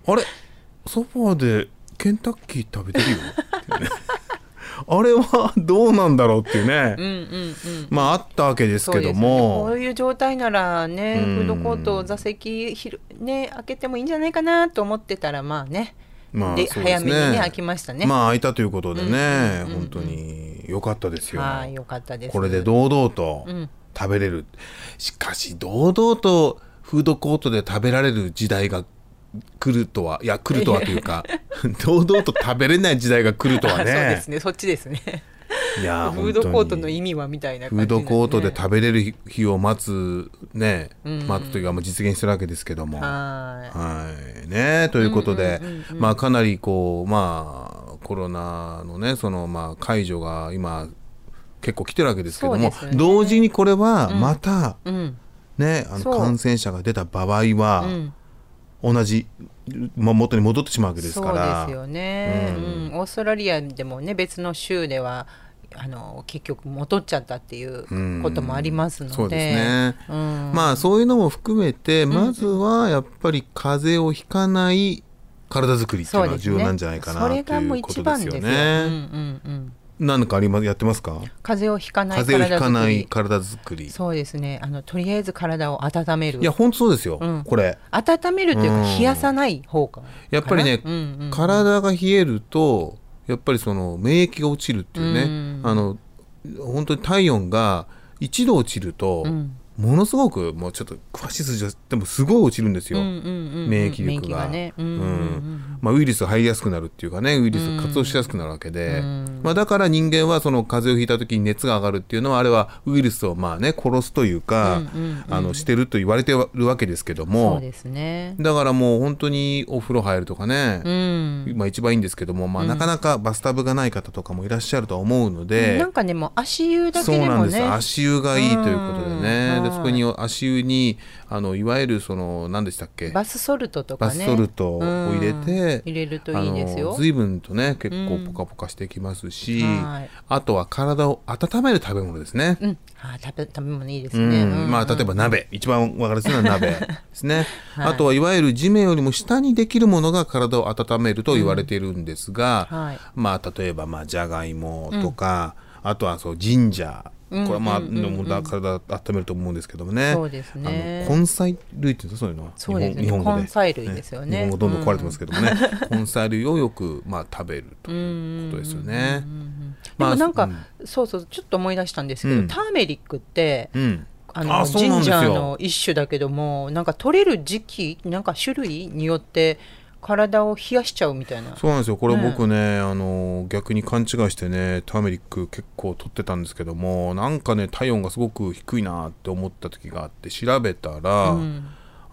あれソファーでケンタッキー食べてるよあれはどうなんだろうっていうね、うんうんうんまああったわけですそうけですどよねこも、ういう状態ならね、うんフードコート座席昼ね開けてもいいんじゃないかなと思ってたらまあね、まあでそうで早すめねにね開きましたね。まあ空いたということでね、うんうんうんうん本当に良かったですよ、はいよかったです。これで堂々とうん食べれる、しかし堂々とフードコートで食べられる時代が来るとはいや来るとはという か堂々と食べれない時代が来るとあはそうねですねそっちですね。いやフードコートの味意味はみたいなフ感じーになるドねコートで食べれる日を待つね、うん待つというかもう実現してるわけですけども。ははいねということで、うんうんうんうんまあかなりこうまあコロナのねそのまあ解除が今結構来てるわけですけども、そうですよね同時にこれはまた、い。うん。ねあのそう感染者が出た場合うは、ん。同じ、まあ、元に戻ってしまうわけですそかうらですよね。ううんん。オーストラリアでもね別の州ではあの結局戻っちゃったっていうこともありますので。そうですね。うん。まあそういうのも含めてまずはやっぱり風邪をひかない体作りっていうそうのはです重ね要なんじゃないかなそといれがもううこ一とで番すですよよ。うね。んうんうん。何かありますやってますか？風邪をひかない風邪を体ひか作ないり。体作り。そうですね。あのとりあえず体を温めるいや。本当そうですようん。これ温めるといううかん冷やさない方がやっぱりねうんうんうん体が冷えるとやっぱりその免疫が落ちるっていううねん。あの本当に体温が一度落ちるとうんものすごくもうちょっと詳しい数字はでもすごい落ちるんですよ。うんうんうんうん免疫力が免疫ねうんうんうんまあ、ウイルスが入りやすくなるっていうかねウイルスが活動しやすくなるわけで、うんまあ、だから人間はその風邪をひいた時に熱が上がるっていうのはあれはウイルスをまあね殺すというか、うんうんうんあのしてると言われてるわけですけどそもうですね。だからもう本当にお風呂入るとかね、うん。まあ、一番いいんですけども、まあ、なかなかバスタブがない方とかもいらっしゃるとは思うので、なんかねもう足湯だけそうでなんもですね足湯がいいということでねうんでそこに足湯にあのいわゆるその何でしたっけバスソルトとかバねスソルトを入れて、うん入れるといいですあよの随分とね結構ポカポカしてきますし、はいあとは体を温める食べ物ですね。うんあー食べ食べ物いいですうんね、まあ、例えば鍋一番分かりやすいのは 鍋ですね、あとはいわゆる地面よりも下にできるものが体を温めると言われているんですが、うんはいまあ、例えばまあじゃがいもとか、あとはそうジンジャーこれはまあ、でもだ体を温めると思うんですけどもねそうですねあの根菜類って言うんですかそういうのはそうですね日本日本語で根菜類ですよね日本語どんどん壊れてますけどもね、根菜類をよくまあ食べるということですよね。でもなんか、うそうそうちょっと思い出したんですけど、うんターメリックって、うんあのあそうジなんンですジよャーの一種だけどもなんか取れる時期なんか種類によって体を冷やしちゃうみたいなそうなんですよこれ僕ね、あの逆に勘違いしてねターメリック結構取ってたんですけどもなんかね体温がすごく低いなって思った時があって調べたら、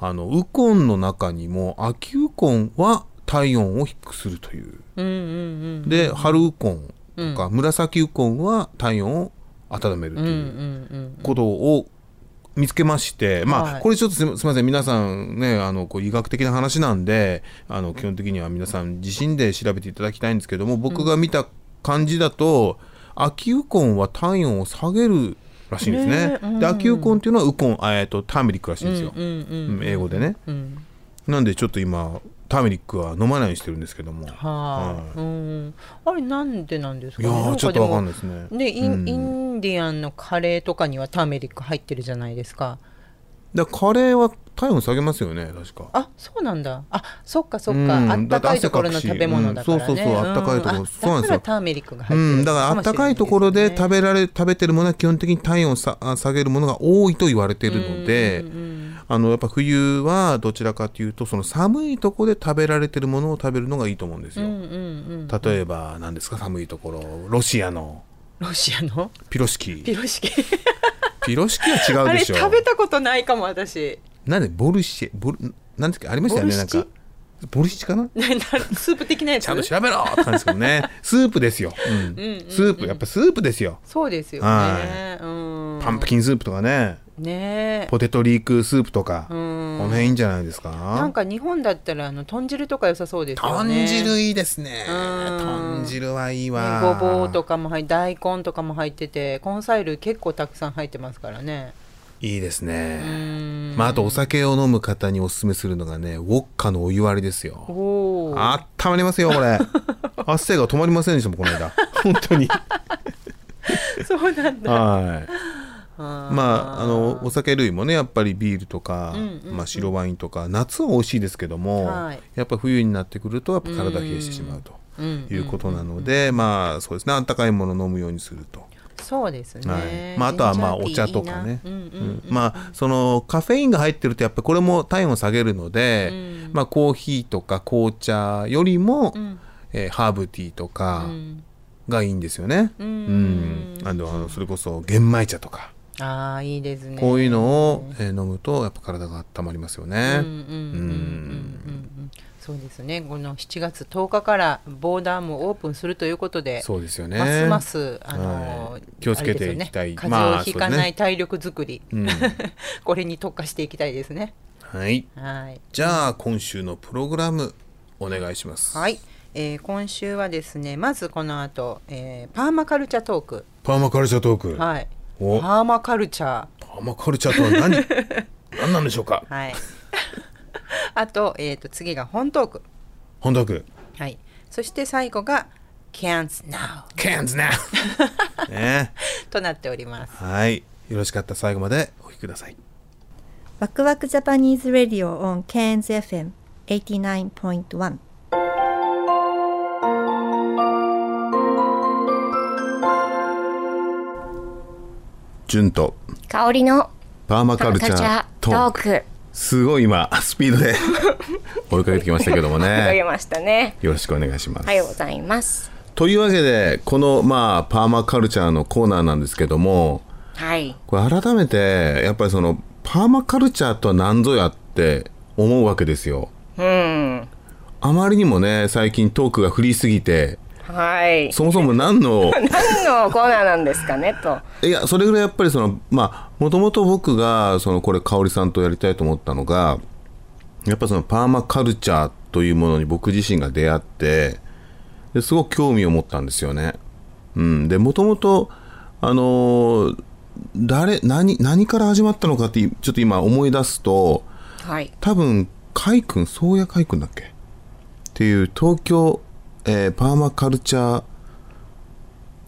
あのウコンの中にも秋ウコンは体温を低くするという、うんうんで春ウコンとか、紫ウコンは体温を温めるという。うんうんうんことを見つけまして、まあ、はいこれちょっとすみすみません、皆さんね、あの、こう医学的な話なんで、あの、基本的には皆さん自身で調べていただきたいんですけども、僕が見た感じだと、秋ウコンは体温を下げるらしいんですね。で、秋ウコンっていうのはウコン、あえっと、ターメリックらしいんですよ。うん英語でね。なんで、ちょっと今、ターメリックは飲まないようにしてるんですけども。はい、うん、あれなんでなんですいかやねー、ちょっとわかんないいですね。でイン,、インディアンのカレーとかにはターメリック入ってるじゃないですかだからカレーは体温下げますよね、確か。あそうなんだあそっかそっか、うんあったかいところだのって汗かくし食べ物だからね、うんそうそうそうあったかいところんあそうなんですよだからターメリックがう入ってるん、だからあったかいところで食べべられ食べてるものは基本的に体温をさあ下げるものが多いと言われているので、あのやっぱ冬はどちらかというとその寒いところで食べられてるものを食べるのがいいと思うんですよ。例えば何ですか寒いところロシアのロシアのピロシキピロシキ ピロシキは違あうれでしょ食べたことないかも私 なんでボルシェボルなんですかありましたよねボなルんシチかボルシチかなななスープ的なやつちゃんと調べろって感じですけどねスープですよ、うんスープやっぱスープですよそうですよはね、うん、パンプキンスープとかねねえポテトリークスープとか、こんの辺いいんじゃないですなんか。か日本だったらあの豚汁とか良さそうですよ豚ね汁いいですね。うん豚汁はいいねわ。ごぼうとかも入って大根とかも入ってて根菜類結構たくさん入ってますからねいいですうね。んまああとお酒を飲む方におすすめするのがね、ウォッカのお湯割りですよ。おーあったまりますよこれ。汗が止まりませんでしたもんこの間。本当に。 そうなんだはい。あーまああのお酒類もねやっぱりビールとか、まあ白ワインとか夏は美味しいですけども、はいやっぱ冬になってくるとやっぱ体冷えしてしまうと。うんいうことなので、まあそうですねあったかいものを飲むようにすると、そうですね、はいまあ、あとはまあおジン茶ジャとーティーかねいいなうんうんうんまあそのカフェインが入ってるとやっぱりこれも体温を下げるので、まあ、コーヒーとか紅茶よりも、えーハーブティーとかがいいんですよね。うんあのあのそれこそ玄米茶とかああいいですねこういうのを、えー飲むとやっぱ体が温まりますよね。うんうんうんうんうんうんそうですねこの7月10日からボーダーもオープンするということでそうですよねますますあの、はい気をつけていきたいあれですよね、風邪まあをひそかうですなねい体力づくり、ん これに特化していきたいですねはいはいじゃあ今週のプログラムお願いします。はい、えー今週はですねまずこの後、えーパーマカルチャートークパーマカルチャートーク、はいおパーマカルチャーパーマカルチャーとは何何なんでしょうかはい あと,、えー、と次が本トーク本田君はいそして最後が Can't Now ケンズね ねとなっておりますはいよろしかったら最後までお聞きくださいワクワクジャパニーズ・ラディオ on Cairns FM 89.1潤と香りのパーマカルチャートークすごい今スピード で追いかけてきましたけども掲げましたね。よろしくお願いしますおはようございます。というわけでこのまあパーマカルチャーのコーナーなんですけどもはい。これ改めてやっぱりそのパーマカルチャーとは何ぞやって思うわけですようん。あまりにもね最近トークがフリーすぎてはい。そもそも何の 何のコーナーなんですかねと。いやそれぐらいやっぱりそのまあもともと僕がそのこれ香織さんとやりたいと思ったのがやっぱそのパーマカルチャーというものに僕自身が出会ってですごく興味を持ったんですよね。うん、でもともとあのー誰何何から始まったのかってちょっと今思い出すとはい。多分海君宗谷海君だっけっていう東京、えーパーマカルチャ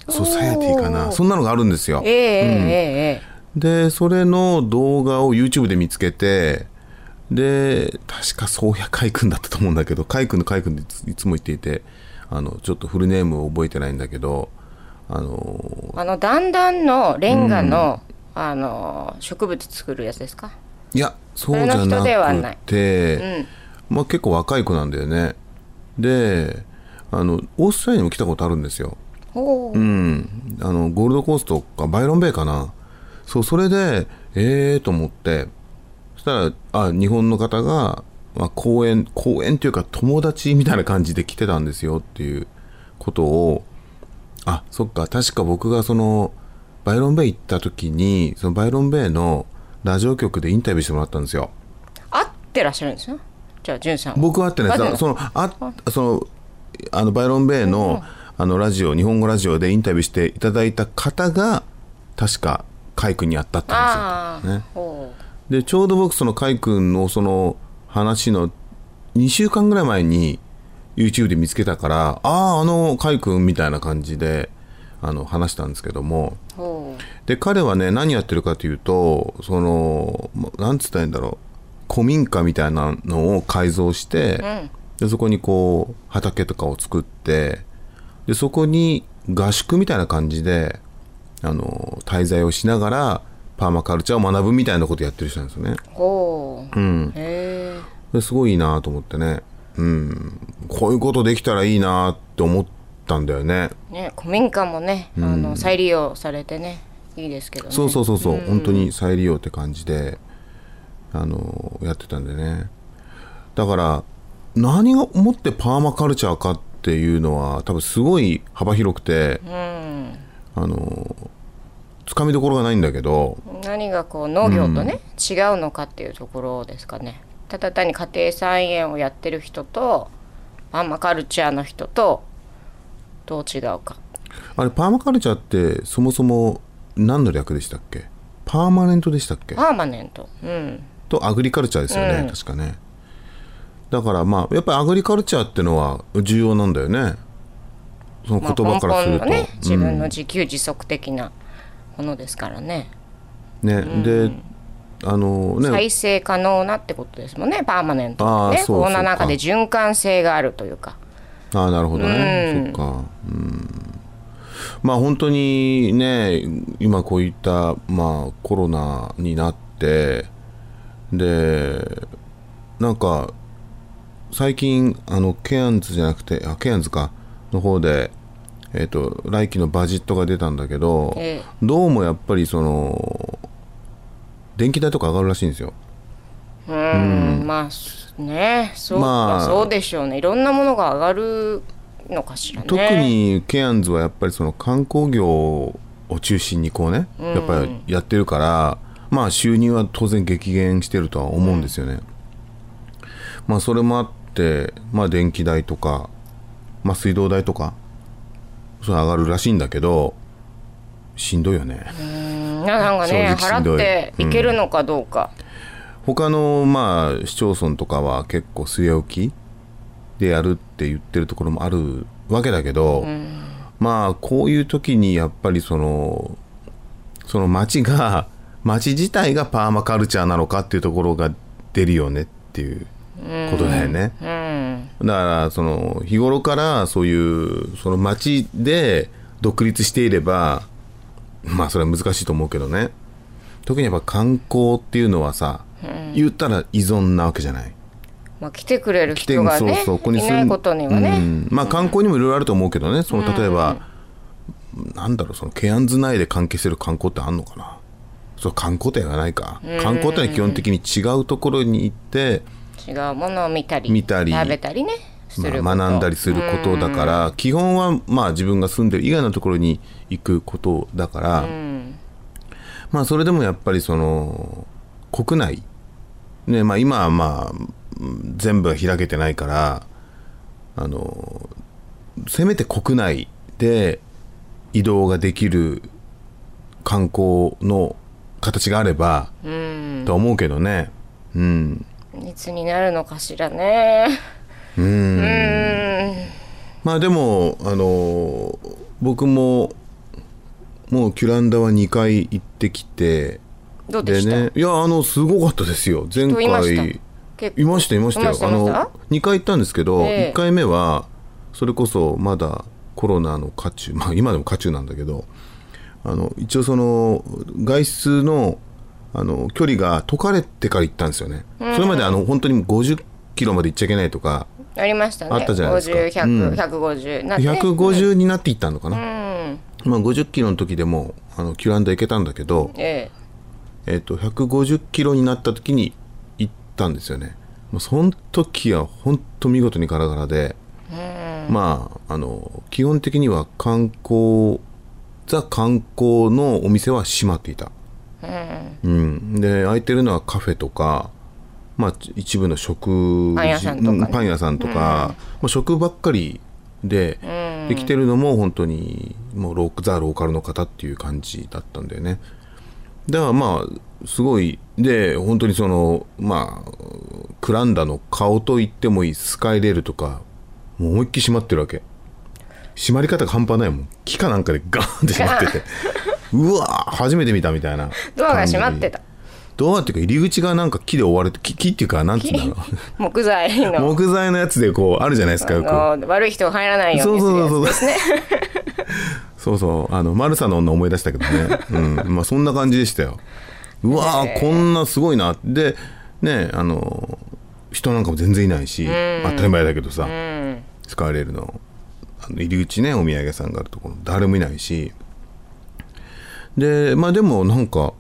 ーソサエティかなそんなのがあるんですよえええええでそれの動画を YouTube で見つけてで確か宗谷海君だったと思うんだけど海君の海君っていつも言っていてあのちょっとフルネームを覚えてないんだけどあのえあのだんだんのレンガの、あの植物作るやつですか。いやそうじゃそれのな人くではないてうん。まあ、結構若い子なんだよねであのオーストラリアにも来たことあるんですよおおう。んあのゴールドコーストかバイロンベイかなそうそれでええー、と思ってそしたらあ日本の方が、まあ、公園公園というか友達みたいな感じで来てたんですよっていうことをあそっか確か僕がそのバイロンベイ行った時にそのバイロンベイのラジオ局でインタビューしてもらったんですよ合ってらっしゃるんですよ。じゃあじゅんさんは。僕は会ってないですだからそのあそのあのバイロン・ベイのあのラジオ日本語ラジオでインタビューしていただいた方が確か海君に会ったって話だあったあ、んですよねおうでちょうど僕その海君のその話の2週間ぐらい前に YouTube で見つけたからあああの海君みたいな感じであの話したんですけどもおうで彼はね何やってるかというとそのまなんつったらいいんだろう古民家みたいなのを改造して、でそこにこう畑とかを作ってでそこに合宿みたいな感じであの滞在をしながらパーマカルチャーを学ぶみたいなことやってる人なんですよね。おう。うん。へえ。ですごいいいなと思ってね、うん、こういうことできたらいいなって思ったんだよね。ね、古民家もね、あの再利用されてね、いいですけどね。そうそうそうそう、本当に再利用って感じであのやってたんでねだから何をもってパーマカルチャーかっていうのは多分すごい幅広くて、あのつかみどころがないんだけど何がこう農業とね、違うのかっていうところですかねただ単に家庭菜園をやってる人とパーマカルチャーの人とどう違うかあれパーマカルチャーってそもそも何の略でしたっけパーマネントでしたっけパーマネントうんとアグリカルチャーですよね、確かねだからまあやっぱりアグリカルチャーってのは重要なんだよねそのまあ言葉からすると、根本のね自うん分の自給自足的なものですからね、ね、であのね再生可能なってことですもんねパーマネントあはーねそうこそのうか中で循環性があるというかあなるほどね、そっかうんまあ本当にね今こういった、まあ、コロナになってでなんか最近あのケアンズじゃなくてあケアンズかの方でえっ、と来期のバジットが出たんだけど、ええどうもやっぱりその電気代とか上がるらしいんですようーんまあねそう,、ままああ、そうでしょうねいろんなものが上がるのかしらね特にケアンズはやっぱりその観光業を中心にこうね、やっぱりやってるからまあ収入は当然激減してるとは思うんですよね、まあそれもあってまあ電気代とか、まあ、水道代とかそれ上がるらしいんだけどしんどいよね、ななんかね正直しんど払いっていけるのかどうか、他のまあ市町村とかは結構据え置きでやるって言ってるところもあるわけだけど、まあこういう時にやっぱりそのその町が町自体がパーマカルチャーなのかっていうところが出るよねっていうことだよね。だからその日頃からそういうその町で独立していればまあそれは難しいと思うけどね特にやっぱ観光っていうのはさ、言ったら依存なわけじゃないまあ、来てくれる来て人がねここにい住んないことにはね、うんまあ観光にもいろいろあると思うけどねその例えば、なんだろうそのケアンズ内で関係してる観光ってあんのかなそう観光店がないか、観光店は基本的に違うところに行って違うものを見たり見たり食べたりねすること、まあ学んだりすることだから、基本はまあ自分が住んでる以外のところに行くことだから、まあそれでもやっぱりその国内、ねまあ、今はまあうん全部は開けてないからあのせめて国内で移動ができる観光の形があれば、とは思うけどね。うんいつになるのかしらねまあでもあのー僕ももうキュランダは2回行ってきてどうでしたねいやあのすごかったですよ前人回いました結構いましたいましたよいましたあいまのした2回行ったんですけど、え1え回目はそれこそまだコロナの渦中 まあ今でも渦中なんだけどあの一応その外出のあの距離が解かれてから行ったんですよね、それまであの本当に50キロまで行っちゃいけないとかありましたねあったじゃないですか50100、うん150なって150になっていったのかな、うんまあ、50キロの時でもあのキュランダ行けたんだけど、えええっと150キロになった時に行ったんですよねもうその時は本当見事にガラガラで、まああの基本的には観光ザ観光のお店は閉まっていた、うんで空いてるのはカフェとか、まあ、ち一部の食事パン屋さんとかねうんパン屋さんとか、もう食ばっかりで、できてるのも本当にもうローザ・ローカルの方っていう感じだったんだよねだからまあすごいで本当にそのまあクランダの顔と言ってもいいスカイレールとかもう思いっきり閉まってるわけ閉まり方が半端ないもん木かなんかで ガーンって閉まっててうわー初めて見たみたいなドアが閉まってたドアっていうか入り口がなんか木で覆われて木木っていうかなんつうんだろ木材うの木材のやつでこうあるじゃないですかよくあの悪い人が入らないようそうにするそやうつそうそう。 そうそう、あの、マルサの女思い出したけどね。うん。まあ、そんな感じでしたよ。うわー、こんなすごいな。で、ね、あの、人なんかも全然いないし、当たり前だけどさ、スカイレールのあの入り口ね、お土産屋さんがあるところ、誰もいないし。で、まあでも、なんか、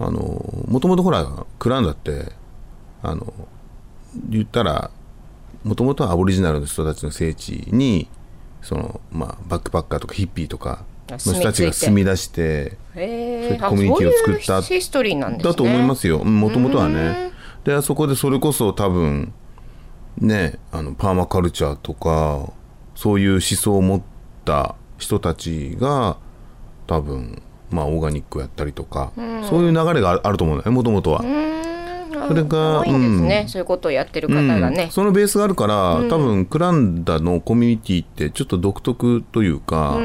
あの、もともとほら、クランダって、あの、言ったら、もともとはアボリジナルの人たちの聖地にその、まあ、バックパッカーとかヒッピーとかの人たちが住み出してへそういえうあコミュニティを作ったそういうヒストリーなんですねだと思いますよもともとはね。であそこでそれこそ多分ねあのパーマカルチャーとかそういう思想を持った人たちが多分まあオーガニックをやったりとか、そういう流れがああると思うんだよねもともとは。うんそれが多いんですね、うんそういうことをやってる方がね、うんそのベースがあるから、多分クランダのコミュニティってちょっと独特というか、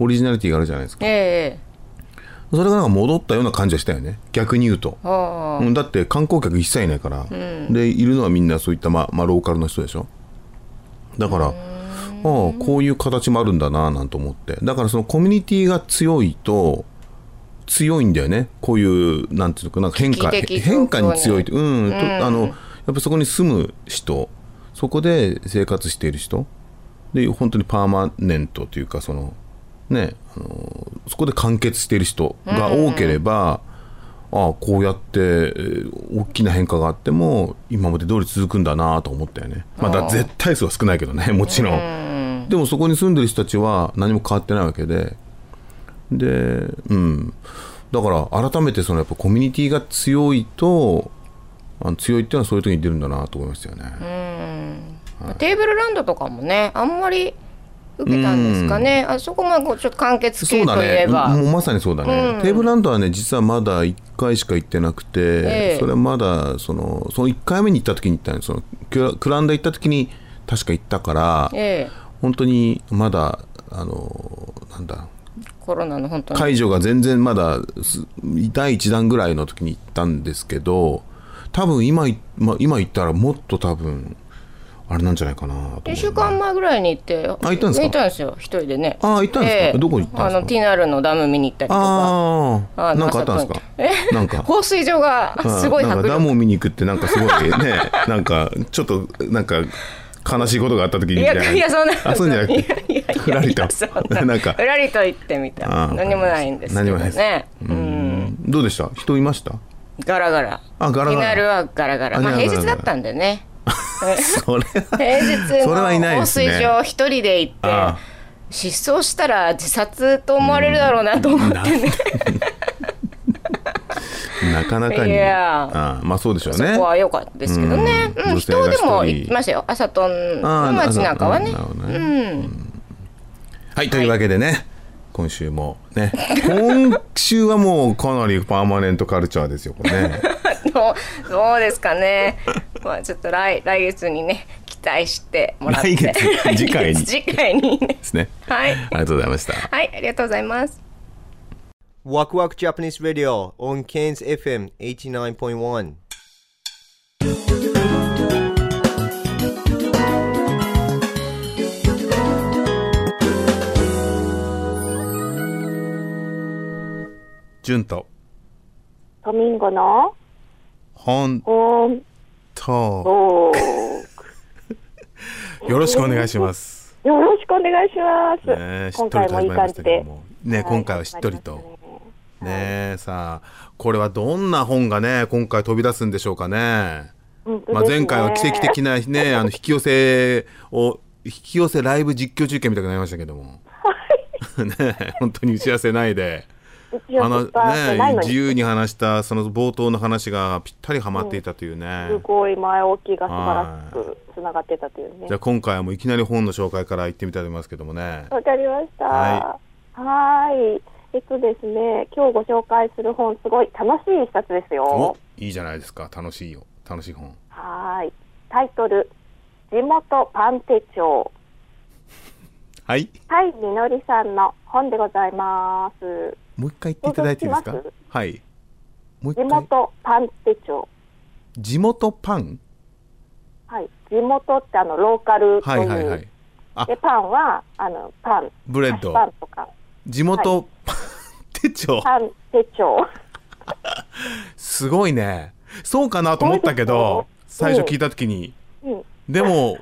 オリジナリティがあるじゃないですかええそれがなんか戻ったような感じはしたよね逆に言うと、あうんだって観光客一切いないから、でいるのはみんなそういった、まあまあ、ローカルの人でしょだから、ああこういう形もあるんだななんて思ってだからそのコミュニティが強いと強いんだよねこういうなんていうのかな変化危機的変化に強いと状うん、とあのやっぱそこに住む人そこで生活している人で本当にパーマネントというかそのねあのそこで完結している人が多ければ、ああこうやってえー大きな変化があっても今まで通り続くんだなと思ったよねまあだ絶対数は少ないけどね もちろん、でもそこに住んでる人たちは何も変わってないわけででうんだから改めてそのやっぱコミュニティが強いとあの強いっていうのはそういう時に出るんだなと思いましたよね、あテーブルランドとかもねあんまり受けたんですかね、あそこもこうちょっと完結そ系うだといねえば、もうまさにそうだね、テーブルランドはね実はまだ1回しか行ってなくて、えそれはまだそのその1回目に行った時に行ったのそのクラクランダ行った時に確か行ったから、ええ本当にまだあのなんだコロナの本当に解除が全然まだす第1弾ぐらいの時に行ったんですけど多分今い、まあ、今行ったらもっと多分あれなんじゃないかなと思う2週間前ぐらいに行ってあ行ったんですか行ったんですよ一人でねあ行ったんですかどこに行ったんですかあのティナールのダム見に行ったりとかあああのなんかあったんですかえなんか放水場がうんすごいなんか迫ダ力ムを見に行くってなんかすごいね なんかちょっとなんか悲しいことがあった時にいみたいなやいやそんなあそうじゃなくいやいやいてやふらりとそんなんかふらりと行ってみたあー何もないんですけ何どもないですねううんんどうでした人いましたガラガラあガラガラティナールはガラガラあまあガラガラ平日だったんでねそ れは平日それはいないでの放すね水場一人で行ってああ失踪したら自殺と思われるだろうなと思ってね、なかなかに、いやああまあそうでしょうそねこは良かったですけどね、ううんん女性人が一人でも行きましたよ朝とんああの町なんかはねなるほどねうん、はいというわけでね、今週も ね今週はもうかなりパーマネントカルチャーですよこれねどうどうですかねまあちょっと来来月にね期待してもらっ来て 月次回に来月次回にねですね はいありがとうございましたはいありがとうございます Waku Waku Japanese Radio on Cairns FM 89.1. 純とトミンゴの本本当を よろしくお願いします、よろしくお願いします。ね、しっ今とり回ともいい始まりま感しじたけでど。もね、い今回はしっとりと、始まねえさあこれはどんな本がね今回飛び出すんでしょうかね本当ですねまあ、前回は奇跡的な ねあの引き寄せを引き寄せライブ実況中継みたくなりましたけども ねえ本当に打ち合わせないで。打ち合わせしてないの自に、由に話したその冒頭の話がぴったりはまっていたというね、すごい前置きが素晴らしくつながってたというねじゃあ。今回はもういきなり本の紹介から行ってみたいと思いますけどもねわかりました。ははーい。えっとですね、今日ご紹介する本、すごい楽しい一冊ですおよ。いいじゃないですか楽しいよ楽しい本はーい。タイトル、地元パン手帳、はいタイみのりさんの本でございます。もう一回言っていただいていいです登場かしますはいもう一地回元パン手帳。地元パンはい、地元ってあのローカルと、はいいうはいはいあでパンはあのパンブレッ菓子ドパンとか地元パン 手帳パン手帳 すごいねそうかなと思ったけど そう最ですよ初聞いた時にうんでも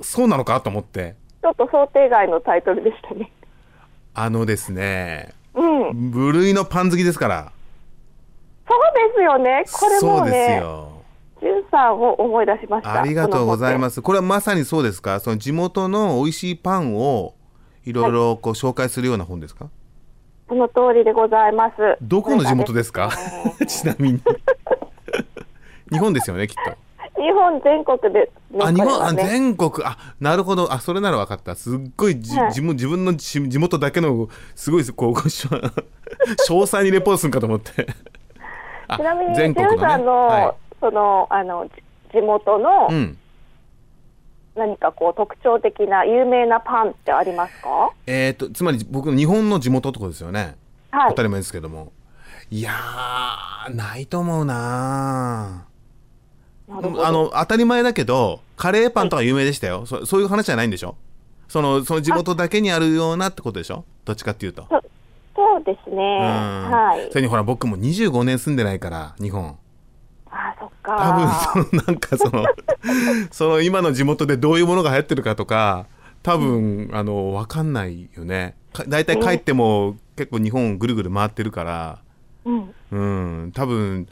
そうなのかと思ってちょっと想定外のタイトルでした ねあのですねうんそう部類のパン好きですからですよねこれもそうですねよじゅんさんを思い出しましたありがとうございますすこれはまさにそうですかその地元の美味しいパンをいろいろこう紹介するような本ですか、その通りでございますどこの地元ですかこれがね ちなみに日本ですよねきっと日本全国ですねあ、日これ本、はあ、ね全国、あ、なるほど、あ、それなら分かった。すっごいじ、はい自分、自分の地地元だけの、すごい、こう、ごしょ 詳細にレポートするんかと思って。あちなみにじゅ全ん国のねさんの、はそのあのじ地元のい、うん。何かこう特徴的な有名なパンってありますか、えっ、と、つまり、僕の日本の地元ってことですよね。はい当たり前ですけども。いやー、ないと思うななるほどあの、当たり前だけど、カレーパンとか有名でしたよ。そそういう話じゃないんでしょその、その地元だけにあるようなってことでしょどっちかっていうと。そうですね。うんはいそ。れにほら僕も25年住んでないから日本あー、そっ多か。分そのなんかその その今の地元でどういうものが流行ってるかとか多分あの分かんないよねか大体帰っても結構日本をぐるぐる回ってるからうん。うん多分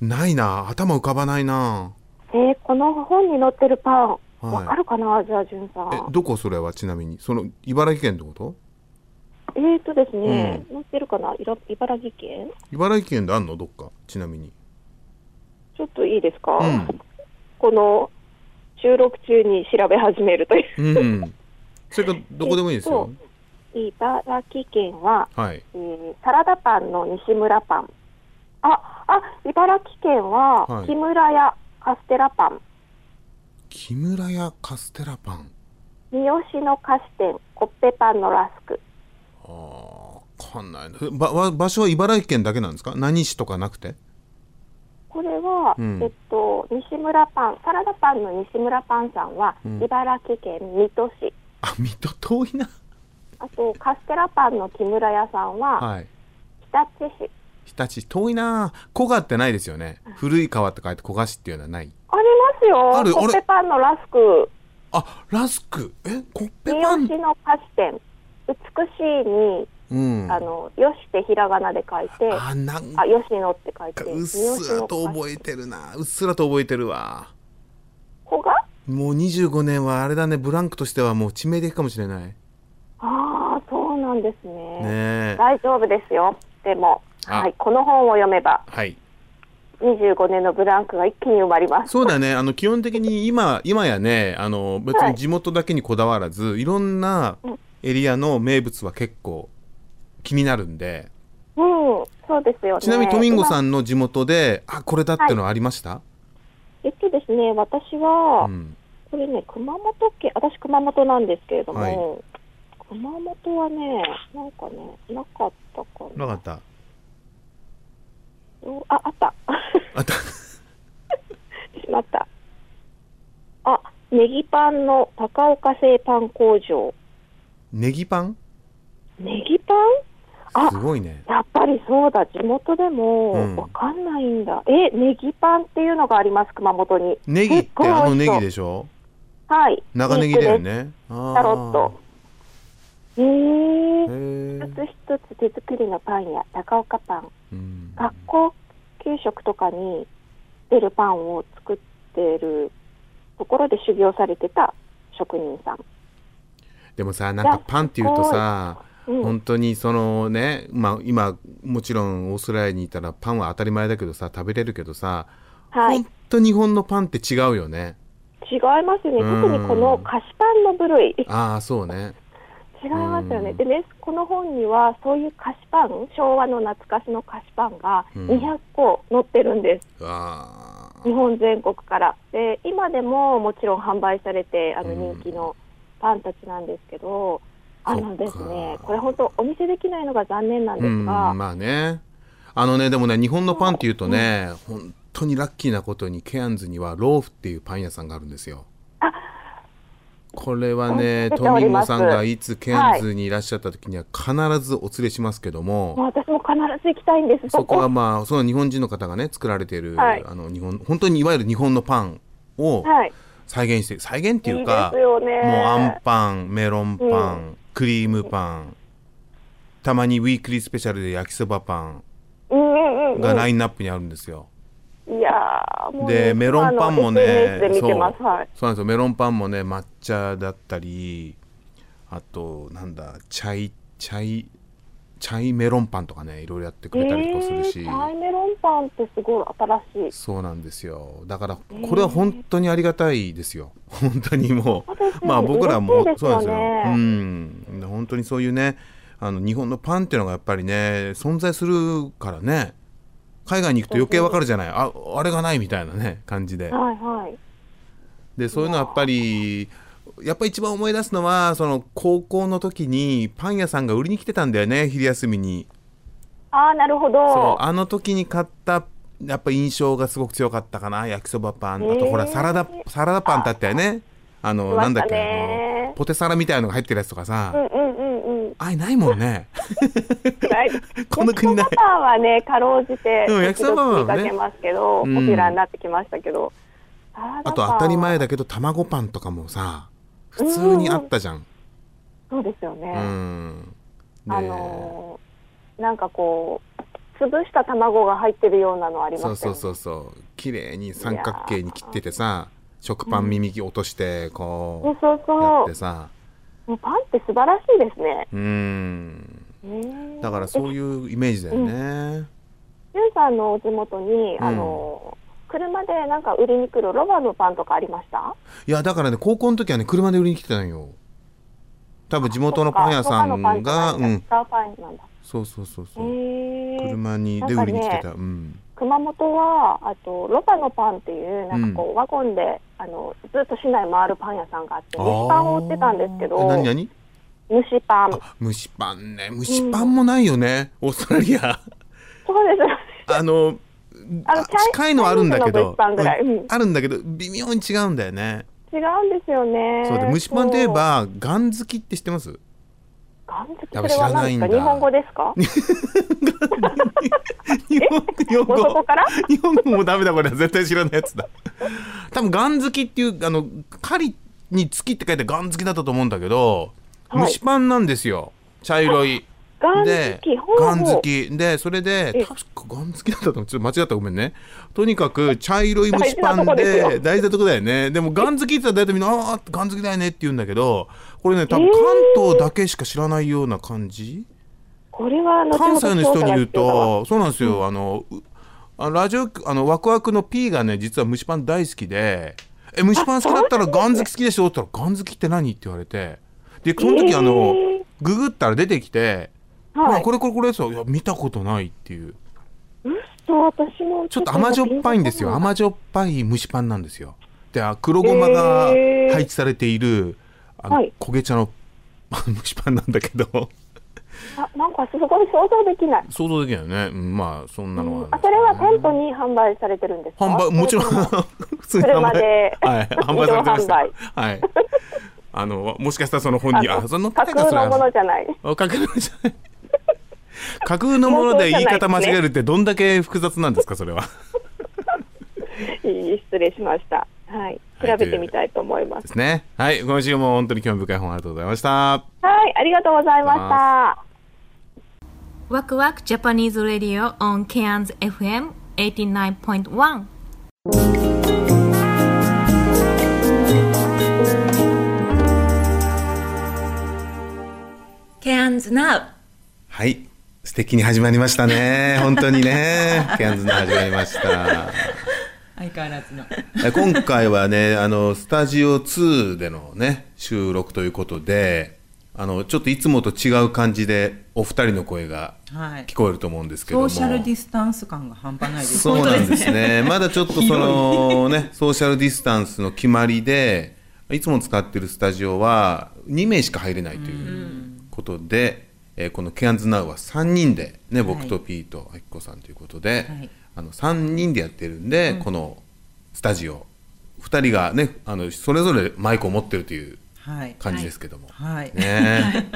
ないな頭浮かばないな えーこの本に載ってるパン、わ、いかるかなじゃあ、じゅんさえん。どこそれはちなみにその茨城県ってことえーとですね、載ってるかないら茨城県茨城県であんのどっかちなみにちょっといいですか、うんこの収録中に調べ始めるという。 うんそれかどこでもいいですよ茨城県は、はいえーサラダパンの西村パン。あ、あ、茨城県は、はい木村屋カステラパン、木村屋カステラパン三好の菓子店、コッペパンのラスク。わかんないなばわ場所は茨城県だけなんですか何市とかなくてこれは、うんえっと、西村パン、サラダパンの西村パンさんは、ん茨城県水戸市。あ水戸遠いなあと、カステラパンの木村屋さんは、はい日立市。日立遠いな古河ってないですよね古い川って書いて古河市っていうのはないありますよ。あるコあれッペパンのラスク、あラスクえコッペ三パン好の菓子店。美しいに、うんあの、よしってひらがなで書いて、あなんあ、かよしのって書いて、う三っす好らのと菓子覚えてるなうっすらと覚えてるわこがもう25年はあれだねブランクとしてはもう致命的かもしれないねああ、そうなんですね。え大丈夫ですよ。でも、あはい、この本を読めば、はい25年のブランクが一気に埋まります。そうだねあの基本的に今今やねあの別に地元だけにこだわらず、い、ろんなエリアの名物は結構気になるんでうん、そうですよね。ちなみにトミンゴん。さんの地元であこれだってのありました、えっとですね、私は、うんこれね、熊本県、私熊本なんですけれども、はい熊本はね、なんかね、なかったかな。分かったおあ、あった。あったしまった。あ、ネギパンの高岡製パン工場。 ネギパンネギパンあすごいねやっぱりそうだ、地元でうんもわかんないんだ。え、ネギパンっていうのがあります、熊本に。ネギって結構美味しあそうのネギでしょはい。長ネギだよ肉です。ねタタロット。へえへ一ーつ一つ手作りのパンや高岡パン、うん学校給食とかに出るパンを作ってるところで修行されてた職人さん。でもさなんかパンっていうといさうん本当にそのね、まあ、今もちろんオーストラリアにいたらパンは当たり前だけどさ食べれるけどさ、はい。本当日本のパンって違うよね違いますよね。うん特にこの菓子パンの部類。違いああそうねますよね。うんでね、この本にはそういう菓子パン、昭和の懐かしの菓子パンがうん200個載ってるんです。ああ日本全国から。で、今でももちろん販売されて、あのうん人気のパンたちなんですけど、あのですね、これ本当お見せできないのが残念なんでうすんが、まあねあのねでもね日本のパンっていうとね、本当にラッキーなことにケアンズにはローフっていうパン屋さんがあるんですよこれはね出てトおミりモますさんがいつケアンズにいらっしゃった時には必ずお連れしますけども、もう私も必ず行きたいんです、そそここ。はまあその日本人の方がね作られている、はいあの日本本当にいわゆる日本のパンをはい。再現して再現っていいういでかすよね。もうあんパンメロンパン、うクリームパンたまにウィークリースペシャルで焼きそばパンうんうんうんうんがラインナップにあるんですよ。いやーもうでねメロンパンもあねの SNS で見てますそうはいそうなんですよメロンパンもね抹茶だったりあとなんだチャイチャイチャイメロンパンとかねいろいろやってくれたりとかするし、えー、タイメロンパンってすごい新しいそうなんですよだからこれは本当にありがたいですよ 本当にもそうですようねまあ僕らも嬉しいですそうなんよでねすようんで本当にそういうねあの日本のパンっていうのがやっぱりね存在するからね海外に行くと余計わかるじゃないああれがないみたいなね感じではいはいでそういうのはやっぱりやっぱり一番思い出すのはその高校の時にパン屋さんが売りに来てたんだよね昼休みにああなるほそうどあの時に買ったやっぱ印象がすごく強かったかな焼きそばパンあとほらえーサラダサラダパンだったよねあのしまなんしだったけあのねポテサラみたいのが入ってるやつとかさ、うんうんうんうんあれないも んねはいこの国ない焼きそばパンはねかろうじてうん焼きそばパンはね時々見かけますけど、うんポピュラーになってきましたけどああと当たり前だけど卵パンとかもさ普通にあったじゃんそうですよね、うんであのーなんかこう潰した卵が入ってるようなのありますよそうねそうそうそう綺麗に三角形に切っててさ食パン耳落としてこねそううやっそてさうもうパンって素晴らしいですねうんねだからそういうイメージだよねゆうさんのお地元に、うんあの車でなんか売りに来るロバのパンとかありましたいやだからね高校の時はね車で売りに来てたんよ多分地元のパン屋さロバんのパンじゃがなういんんだ使うパンなんだ。そうそうそうそへうえ。車になんでか売ねりに来てたうん熊本はあとロバのパンっていうなんかこう、ワゴンであのずっと市内回るパン屋さんがあって蒸しパンを売ってたんですけあーどえ何何蒸しパンあ蒸しパンね蒸しパンもないよねオーストラ リアそうですあのあのあチャイ近いのはあるんだけチャイニーズの蒸どしパンぐらいうんうんあるんだけど微妙に違うんだよね違うんですよねそうで蒸しパンといえばガン好きって知ってますガンズキやそっれぱは知らない何んでだすか日本語ですか日本日本もうそ語こから日本語もダメだこれは絶対知らないやつだ多分ガン好きっていうあの狩りに月って書いてガン好きだったと思うんだけど、はい蒸しパンなんですよ茶色いガンで好き、ほうほうガン好きでそれで確かガン好きだったと思うちょっと間違ったらごめんねとにかく茶色い蒸しパン大事なとこですでよ大事なとこだよねでもガン好きって言ったら大体みんな「あーガン好きだよね」って言うんだけどこれね多分関東だけしか知らないような感じ、これは後関ほど西の人に言う調査が必要だわとそうなんですよ、あのうあのラジオあのワクワクの P がね実は蒸しパン大好きで「え蒸しパン好きだったらガン好き好きでしょ」って言ったら「ガン好きって何?」って言われてでその時、あのググったら出てきて「はいあこれこれこれ」ですよいや見たことないっていうそう私もちょっと甘じょっぱいんですよ甘じょっぱい蒸しパンなんですよであ黒ごまがえー配置されている、あのはい焦げ茶の 蒸しパンなんだけどあなんかすごい想像できない想像できないよね、うんまあそんなのは、あそれは店舗に販売されてるんですか販売もちろん 普通に販車売ではい販売されてまし移動たはいあのもしかしたらその本にあその架空のものじゃない あ架空のものじゃない架空のもので言い方間違えるってどんだけ複雑なんですかそれはいい失礼しましたはいはい調べてみたいと思いますですねはい今週も本当に興味深い本ありがとうございましたはいありがとうございましたワクワク Japanese Radio on Cairns FM 89.1ケアンズナウはい素敵に始まりましたね本当に ねケアンズの始まりました相変わら ずのえ今回はねあのスタジオ2でのね収録ということであのちょっといつもと違う感じでお二人の声がはい聞こえると思うんですけソども、ーシャルディスタンス感が半端ないですそうなんですね。まだちょっとそのね、ソーシャルディスタンスの決まりで、いつも使ってるスタジオは2名しか入れないということで、えーこのケアンズナウは3人で、ね、僕とピーとあきこさんということで、あの3人でやってるんで、このスタジオ、2人がね、あのそれぞれマイクを持ってるというはい感じですけども。はいねえ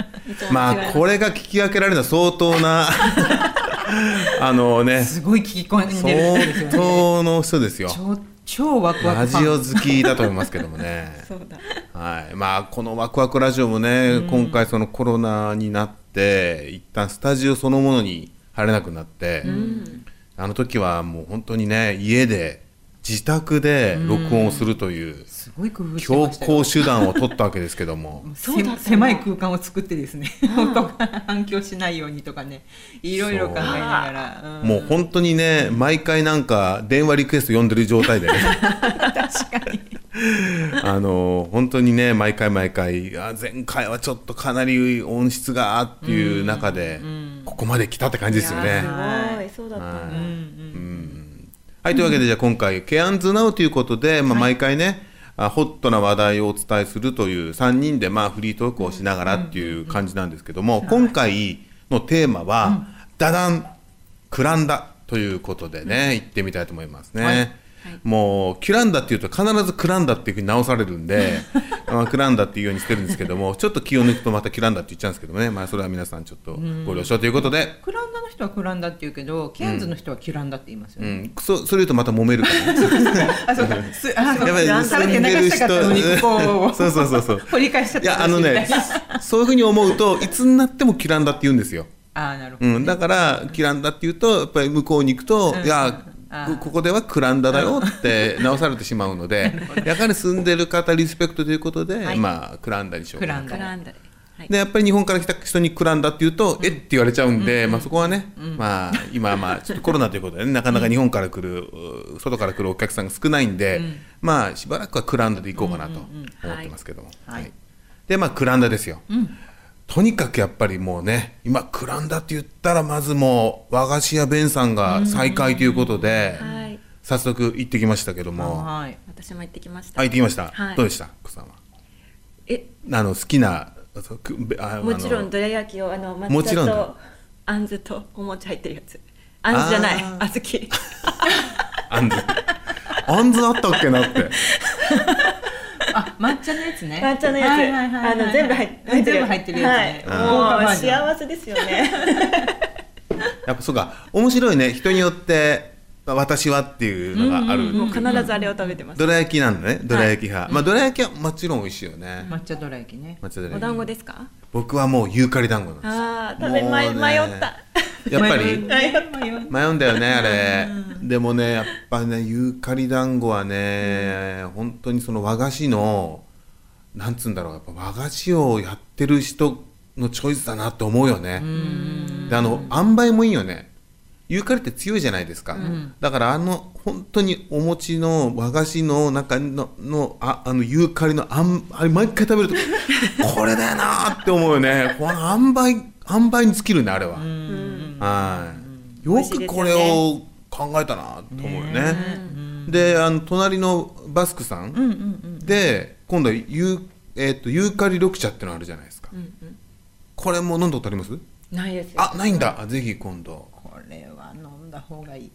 まあこれが聞き分けられた相当 なあのねすごい聞き込んでるんですよ相ね当の人ですよ超超ワクワクラ感ジオ好きだと思いますけども ねそうだはいまあこのワクワクラジオもね、今回そのコロナになって一旦スタジオそのものに入れなくなって、あの時はもう本当にね家で自宅で録音をするというすごい工夫して強ましたよ行手段を取ったわけですけどもせ狭い空間を作ってですね 音が反響しないようにとかねいろいろ考えながらもう本当にね毎回なんか電話リクエスト読んでる状態でねあの本当にね毎回毎回あ前回はちょっとかなり音質がっていう中で、ここまで来たって感じですよね。Oh, すごいそうだったんだはい、というわけで、じゃあ今回、ケアンズナウということで、まあ、毎回ね、あホットな話題をお伝えするという3人で、まあ、フリートークをしながらっていう感じなんですけども、今回のテーマは、ダダン、クランダということでね、行ってみたいと思いますね。もうキュランダっていうと必ずクランダっていうふうに直されるん で、まあ、クランダっていうようにしてるんですけどもちょっと気を抜くとまたキュランダって言っちゃうんですけどもね、まあ、それは皆さんちょっとご了承ということで、クランダの人はクランダって言うけどケアンズの人はキュランダって言いますようねん、そそれ言うとまた揉めるからねあそうかすあそうやっぱり食べて住んで流るした人かったのにこ そうそうそうそうう掘り返しちゃっいたやあのねそういうふうに思うといつになってもキランダって言うんですよ、 ああなるほどうん、だからキランダって言うとやっぱり向こうに行くと、いやこここではクランダだよって直されてしまうの でやはり住んでる方リスペクトということで、まあクランダにしようクかなランダでやっぱり日本から来た人にクランダって言うと、えって言われちゃうんで、まあ、そこはね、まあ、今はまあちょっとコロナということでね、なかなか日本から来る、う外から来るお客さんが少ないんで、まあしばらくはクランダで行こうかなと思ってますけども、はいでまあクランダですよ、とにかくやっぱりもうね今クランダって言ったらまずもう和菓子屋弁さんが再開ということで、はい、早速行ってきましたけども、あはい私も行ってきました。行ってきました、はいどうでした子さんはえ、あの好きなそうくああのもちろんどら焼きをあのも抹ちろ茶んとあんずとお餅入ってるやつ。あんずじゃない、ああずき。あんず。あんずあったっけなって。あ抹茶のやつね抹茶のやつ、はいはいはいはいあの全部入ってる。全部入ってるやつねはい豪華バもうージョン幸せですよね。やっぱそうか、面白いね、人によって。まあ私はっていうのがあるもう必ずあれを食べてますどら焼きなんだねどら焼きは派、いまあどら焼きはもちろん美味しいよね抹茶どら焼きね抹茶どら焼きお団子ですか僕はもうユーカリ団子なのああも食うべ、ね迷迷ったやっぱり迷った迷うんだよねあれでもねやっぱねユーカリ団子はね、本当にその和菓子のなんつうんだろうやっぱ和菓子をやってる人のチョイスだなと思うよねであの塩梅もいいよねユーカリって強いじゃないですか、うんだからあの本当にお餅の和菓子の中ののああのユーカリのあんあれ毎回食べると これだよなーって思うよねこの塩梅塩梅に尽きるねあれははいよくこれを考えたなと思うよねであの隣のバスクさん、うんうんで今度はユー,、えー、とユーカリ緑茶ってのあるじゃないですかうんうんこれも飲んだことありますないですあないんだあぜひ今度これは飲んだ方がいい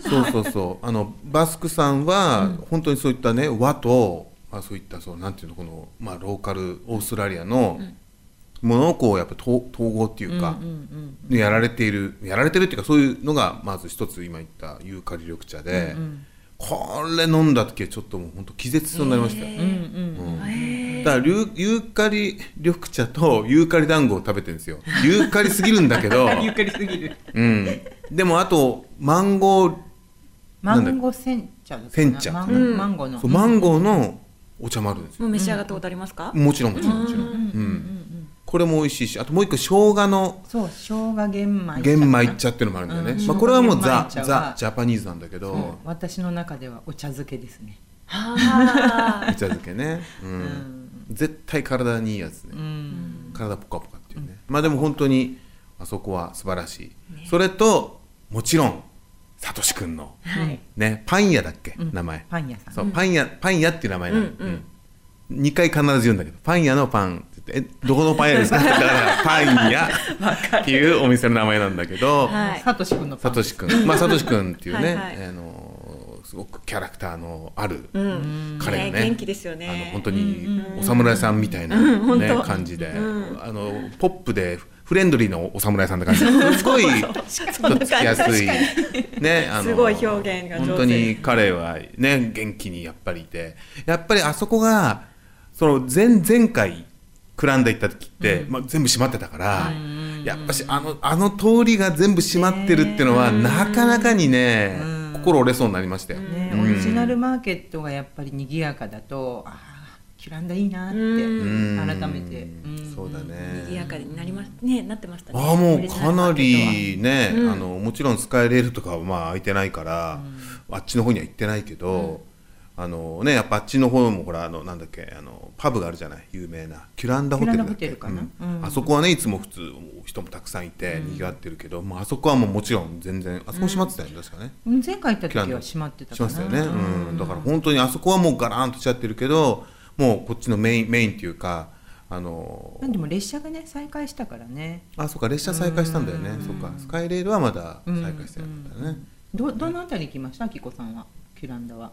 そうそうそうあのバスクさんは、本当にそういったね和と、まあ、そういったそうなんていうのこの、まあ、ローカルオーストラリアのものをこうやっぱ統統合っていうか、やられているやられてるっていうかそういうのがまず一つ今言ったユーカリ緑茶で、これ飲んだ時はちょっともう本当気絶しそうになりましたよ、うんだからユーユーカリ緑茶とユーカリ団子を食べてるんですよ ユーカリすぎるんだけどゆっくりすぎるうん、でもあとマンゴーマなんンだゴー煎茶ですかセねンチャマーンかゴーマンゴーのなそうマンゴーのお茶もあるんですよもう召し上がったことありますかもちろんもちろんもちろんこれも美味しいしあともう一個生姜のそう生姜玄米玄米茶っていうのもあるんだよね、うんまあ、これはもうザ・生姜玄米茶はザ・ジャパニーズなんだけど、うん私の中ではお茶漬けですねお茶漬けね、うん絶対体にいいやつね、体ポカポカっていうね、まあでも本当にあそこは素晴らしい、それともちろんさとしくんの、はいね、パン屋だっけ、名前パン屋さんそう、パン屋パン屋っていう名前なの、うんうんうん2回必ず言うんだけどパン屋のパンって言ってえどこのパン屋ですか って言ったらパン屋っていうお店の名前なんだけど、サトシ君のさとしくんまあさとしくんっていうね はいあのすごくキャラクターのあるうん彼がね,、ね元気ですよねあの本当にお侍さんみたいな、うん本ね当感じで、うんあのポップでフレンドリーのお侍さんって感じすごいそとんなっつきやすい感じ確かにねあのすごい表現が上手本当に彼はね元気にやっぱりいてやっぱりあそこがその前前回クランダ行った時って、まあ、全部閉まってたから、やっぱしあのあの通りが全部閉まってるっていうのは、なかなかにね、心折れそうになりましたよ、ねうんオリジナルマーケットがやっぱり賑やかだとああキュランダいいなってうん改めてそうだね賑やかになりますねなってましたねああもうオリジナかルマなーケットはりね、うんあのもちろんスカイレールとかはまあ空いてないから、あっちの方には行ってないけど、あのねやっぱあっちの方もほらあのなんだっけあのパブがあるじゃない有名なキュランダホテルだっけキュランダホテルかなうんうんあそこはねいつも普通人もたくさんいて賑わってるけど、まああそこはもうもちろん全然あそこ閉まってたよね、確かね。前回行った時は閉まってたかなしましたよね、うんだから本当にあそこはもうガラーンとしちゃってるけどもうこっちのメインメインっていうかあのなんでも列車がね再開したからねあそうか列車再開したんだよね、そうかスカイレールはまだ再開してなかったね、どどのあたり行きましたあきこさんはキュランダは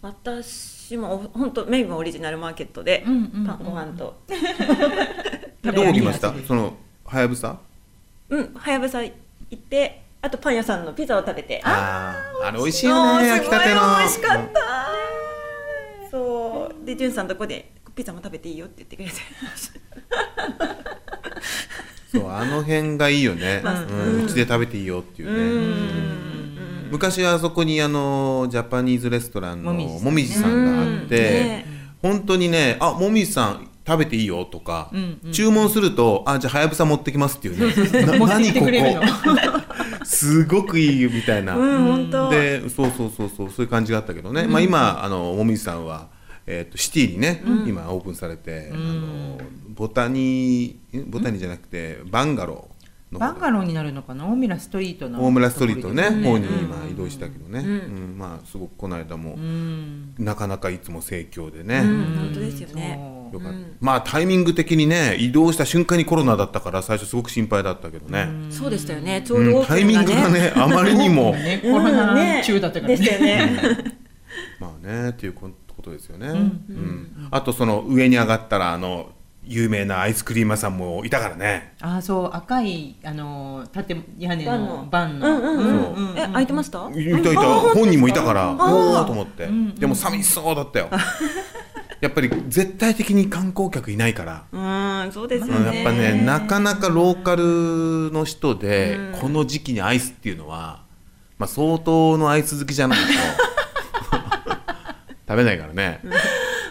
私もお本当メインはオリジナルマーケットで、パンご飯とどこ来ましたそのはやぶさうんはやぶさ行ってあとパン屋さんのピザを食べてあーあれ美味しいよねあー焼きたてのすごい美味しかった、そうでじゅんさんとこでピザも食べていいよって言ってくれてそうあの辺がいいよね、まあうんうんうちで食べていいよっていうね、うん昔はあそこにあのジャパニーズレストランのもみじさんねもみじさんがうあって、んね本当にね「あもみじさん食べていいよ」とか、うんうん注文すると「あじゃあはやぶさ持ってきます」っ ていうねな何ここすごくいいみたいな、うん本当でそうそうそうそうそういう感じがあったけどね、うんまあ、今あのもみじさんは、えー、とシティにね、うん今オープンされて、あのボタニーんボタニーじゃなくて、バンガローバンガローになるのかな大村ストリートの大村ストリートねところです方に今移動したけどね、ううんんまあすごくこの間も、んなかなかいつも盛況でね、うん本当ですよねよかったまあタイミング的にね移動した瞬間にコロナだったから最初すごく心配だったけどね、そうでしたよねちょうどオうーん、プタイミング がねあまりにも、ねコロナ中だったからねうんでしたよねまあねっていうことですよね、ううんんあとその上に上がったらあの有名なアイスクリーム屋さんもいたからね あーそう赤いあのー建物屋根バンののバンうんのうんうんうんえ開いてましたいたいたあー本人もいたからあーおおと思って、うんうんでも寂しそうだったよ やっぱり絶対的に観光客いないからうー んそうですようんねやっぱねなかなかローカルの人で、この時期にアイスっていうのは、まあ、相当のアイス好きじゃない と食べないからね、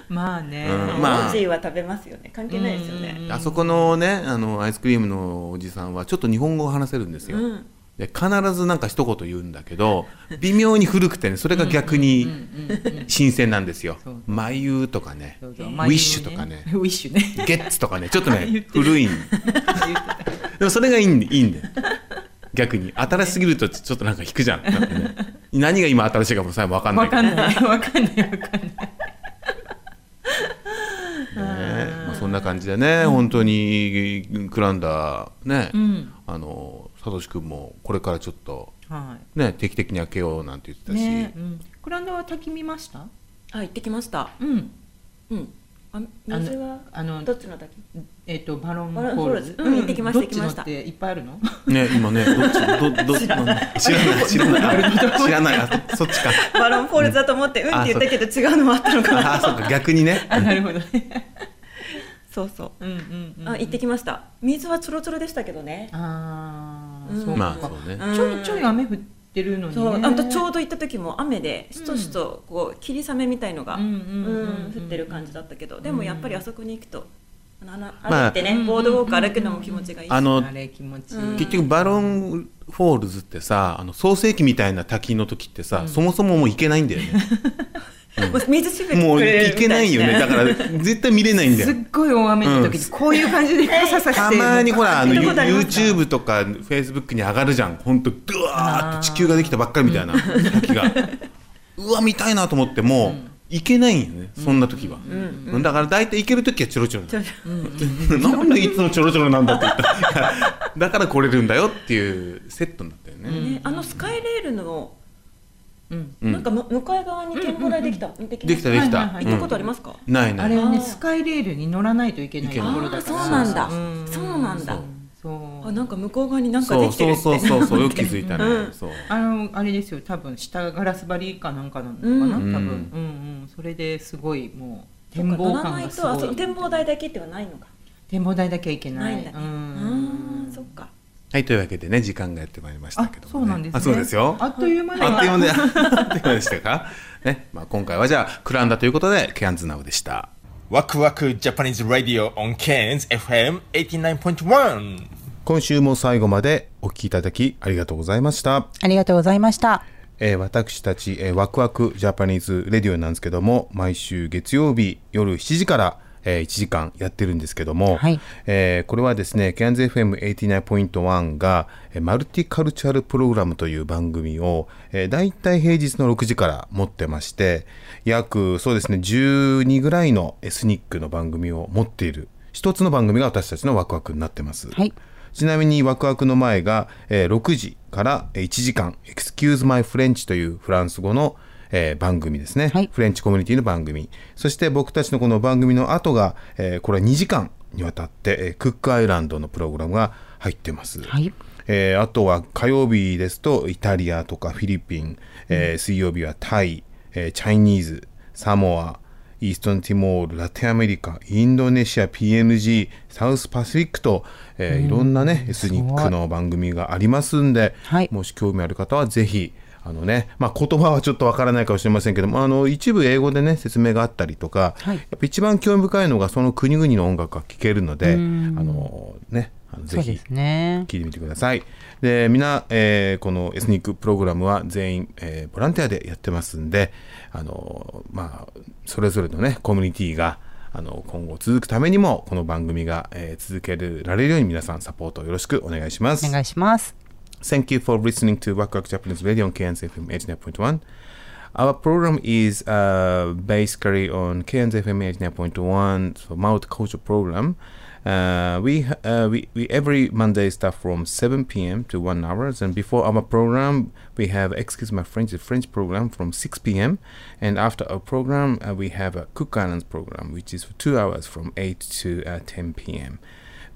まあね、うんまあオージーは食べますよね関係ないですよねあそこのねあのアイスクリームのおじさんはちょっと日本語を話せるんですよ、うんで必ずなんか一言言うんだけど微妙に古くてねそれが逆に新鮮なんですよ「眉」とかね「ウそうィッシュ」とかねウィッシ ュね「ゲッツ」とかねちょっと言っねてる古いんでもそれがいいんでいいんで逆に新しすぎるとちょっとなんか引くじゃんなんかね何が今新しいかもさえ分かんないわけどかんないわかんないねまあ、そんな感じでね、本当にクランダーね、うんあのサトシ君もこれからちょっと、はね、定期的に開けようなんて言ってたし、ね、うん、グラウンドは滝見ましたあ行ってきましたうんうんああの水はあのどっちの滝えっ、とバロンホバロンールホーズルズうん行ってきましたどっちの行ってきましたっていっぱいあ るのね今ねどっちどど知らない知らない知らない知らないあそそっちかバロンフォールズだと思ってうんって言ったけど違うのもあったのかあなそうか逆にねなるほどそうそう、うんうんうんあ行ってきました水はちょろちょろでしたけどねああ、うそんうかまあそうねちょいちょい雨降ってるのにねそうあとちょうど行った時も雨でしとしとこう霧雨みたいのが、うん降ってる感じ だったけど、でもやっぱりあそこに行くとあのま歩あいてね、ボードウォーク歩くのも気持ちがいいしあのうん結局バロンフォールズってさあの創世紀みたいな滝の時ってさ、そもそももう行けないんだよねもう水しぶきもうくれる行けないよねだから絶対見れないんだよすっごい大雨の時にこういう感じで傘さしてたまにほらあの行ったことあります YouTube とか Facebook に上がるじゃん本当ドワーって地球ができたばっかりみたいな時がうわ見たいなと思っても行けないんよねそんな時はだから大体行ける時はちょろちょろ なんでいつもちょろちょろなんだって言った らだから来れるんだよっていうセットになったよねね、あのスカイレールの、うんなんかむ向かい側に展望台できた、できまできたできたはいはいはいうん行ったことありますか、ないあないれはねあースカイレールに乗らないといけないところだかあそうらなんだそうそうそうなんだそうあなんか向こう側になんかそでうきてそるうってそうそうそうよく気づいたね、うんそうあのあれですよ多分下ガラス張りかなんかなのかな、うん多分、ううんんうん、それですごいもうそうか展望乗らな感いがすとあそごうい展望台だけではないのか展望台だけはいけないないんだねうんそっかはいというわけでね時間がやってまいりましたけどそうなんですねあそうですよあっという間だあっという間で、あっという間でしたか。ね、まあ今回はじゃあクランダということでケアンズナウでした。ワクワクジャパニーズラディオ on Cairns FM 89.1今週も最後までお聞きいただきありがとうございました。ありがとうございましたえー私たち、えーワクワクジャパニーズレディオなんですけども毎週月曜日夜7時から、え1時間やってるんですけども、えーこれはですね CANZFM89.1 が、えーマルティカルチャルプログラムという番組を、えー、大体平日の6時から持ってまして約そうですね12ぐらいのエスニックの番組を持っている一つの番組が私たちのワクワクになってます。ちなみにワクワクの前が、えー6時からえー1時間「Excuse My French」というフランス語の、えー番組ですね、フレンチコミュニティの番組そして僕たちのこの番組の後が、えーこれは2時間にわたって、えークックアイランドのプログラムが入ってます、えーあとは火曜日ですとイタリアとかフィリピン、えー水曜日はタイ、えーチャイニーズサモアイーストンティモール、ラテンアメリカ、インドネシア、PNG、サウスパシフィックと、えーいろんなね、エスニックの番組がありますんで、もし興味ある方はぜひ、あのね、まあ、言葉はちょっとわからないかもしれませんけども、あの、一部英語でね、説明があったりとか、やっぱ一番興味深いのがその国々の音楽が聴けるので、あうんの、ね、あのぜそうひですね聞いてみてください。で、みんな、えーこのエスニックプログラムは全員、えーボランティアでやってますんで、あのまあ、それぞれのね、コミュニティが、あの今後続くためにも、この番組が、えー続けられるように皆さんサポートよろしくお願いします。お願いします。 Thank you for listening to Wakwak Japanese Radio on KNZFM 89.1. Our program is uh, basically on KNZFM 89.1 's Mouth Culture Program. Uh, we, uh, we, we every Monday start from 7 p.m. to 1 hours, and before our program, we have excuse my French, the French program from 6 p.m. And after our program, uh, we have a Cook Islands program, which is for two hours from 8 to uh, 10 p.m.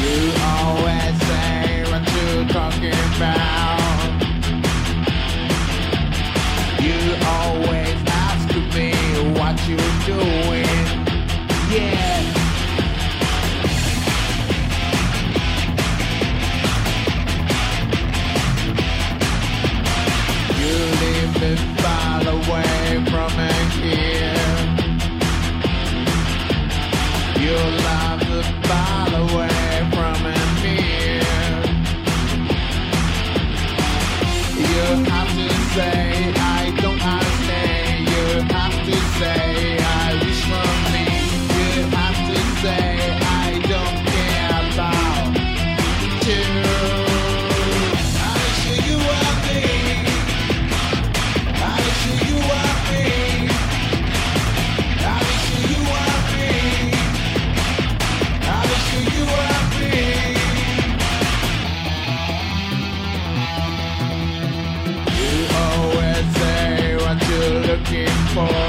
You always say what you're talking about. You always ask me what you're doing. Yeah. You live a far away from here. Your love a mile away from a mirror. You have to say I don't understand. You have to say I wish for me. You have to say I don't care about you. I'll show you what me. I'll show you what me. I'll show you what me. I'll show you what You always say what you're looking for.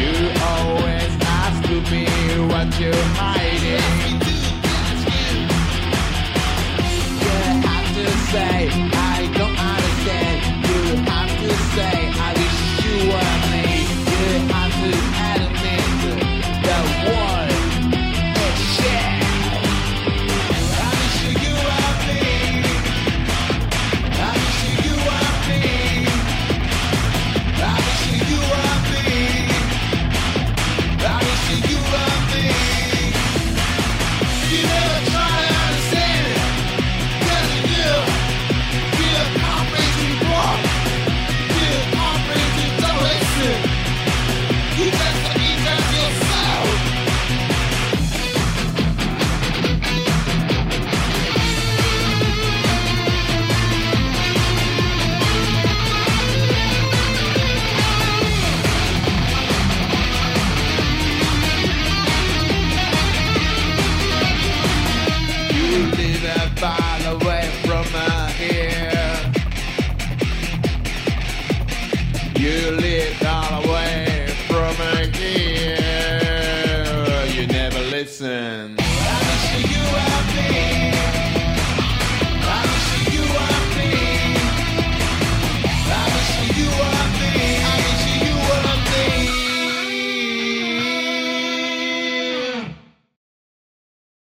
You always ask me what you're hiding. You have to say I don't understand. You have to say I wish you were me. You have to admit the one is shit. I wish you were me. I wish you were me. I wish you were me. I wish you were me. You never try to understand it. You live a mile away from here. You live far away from here. You never listen.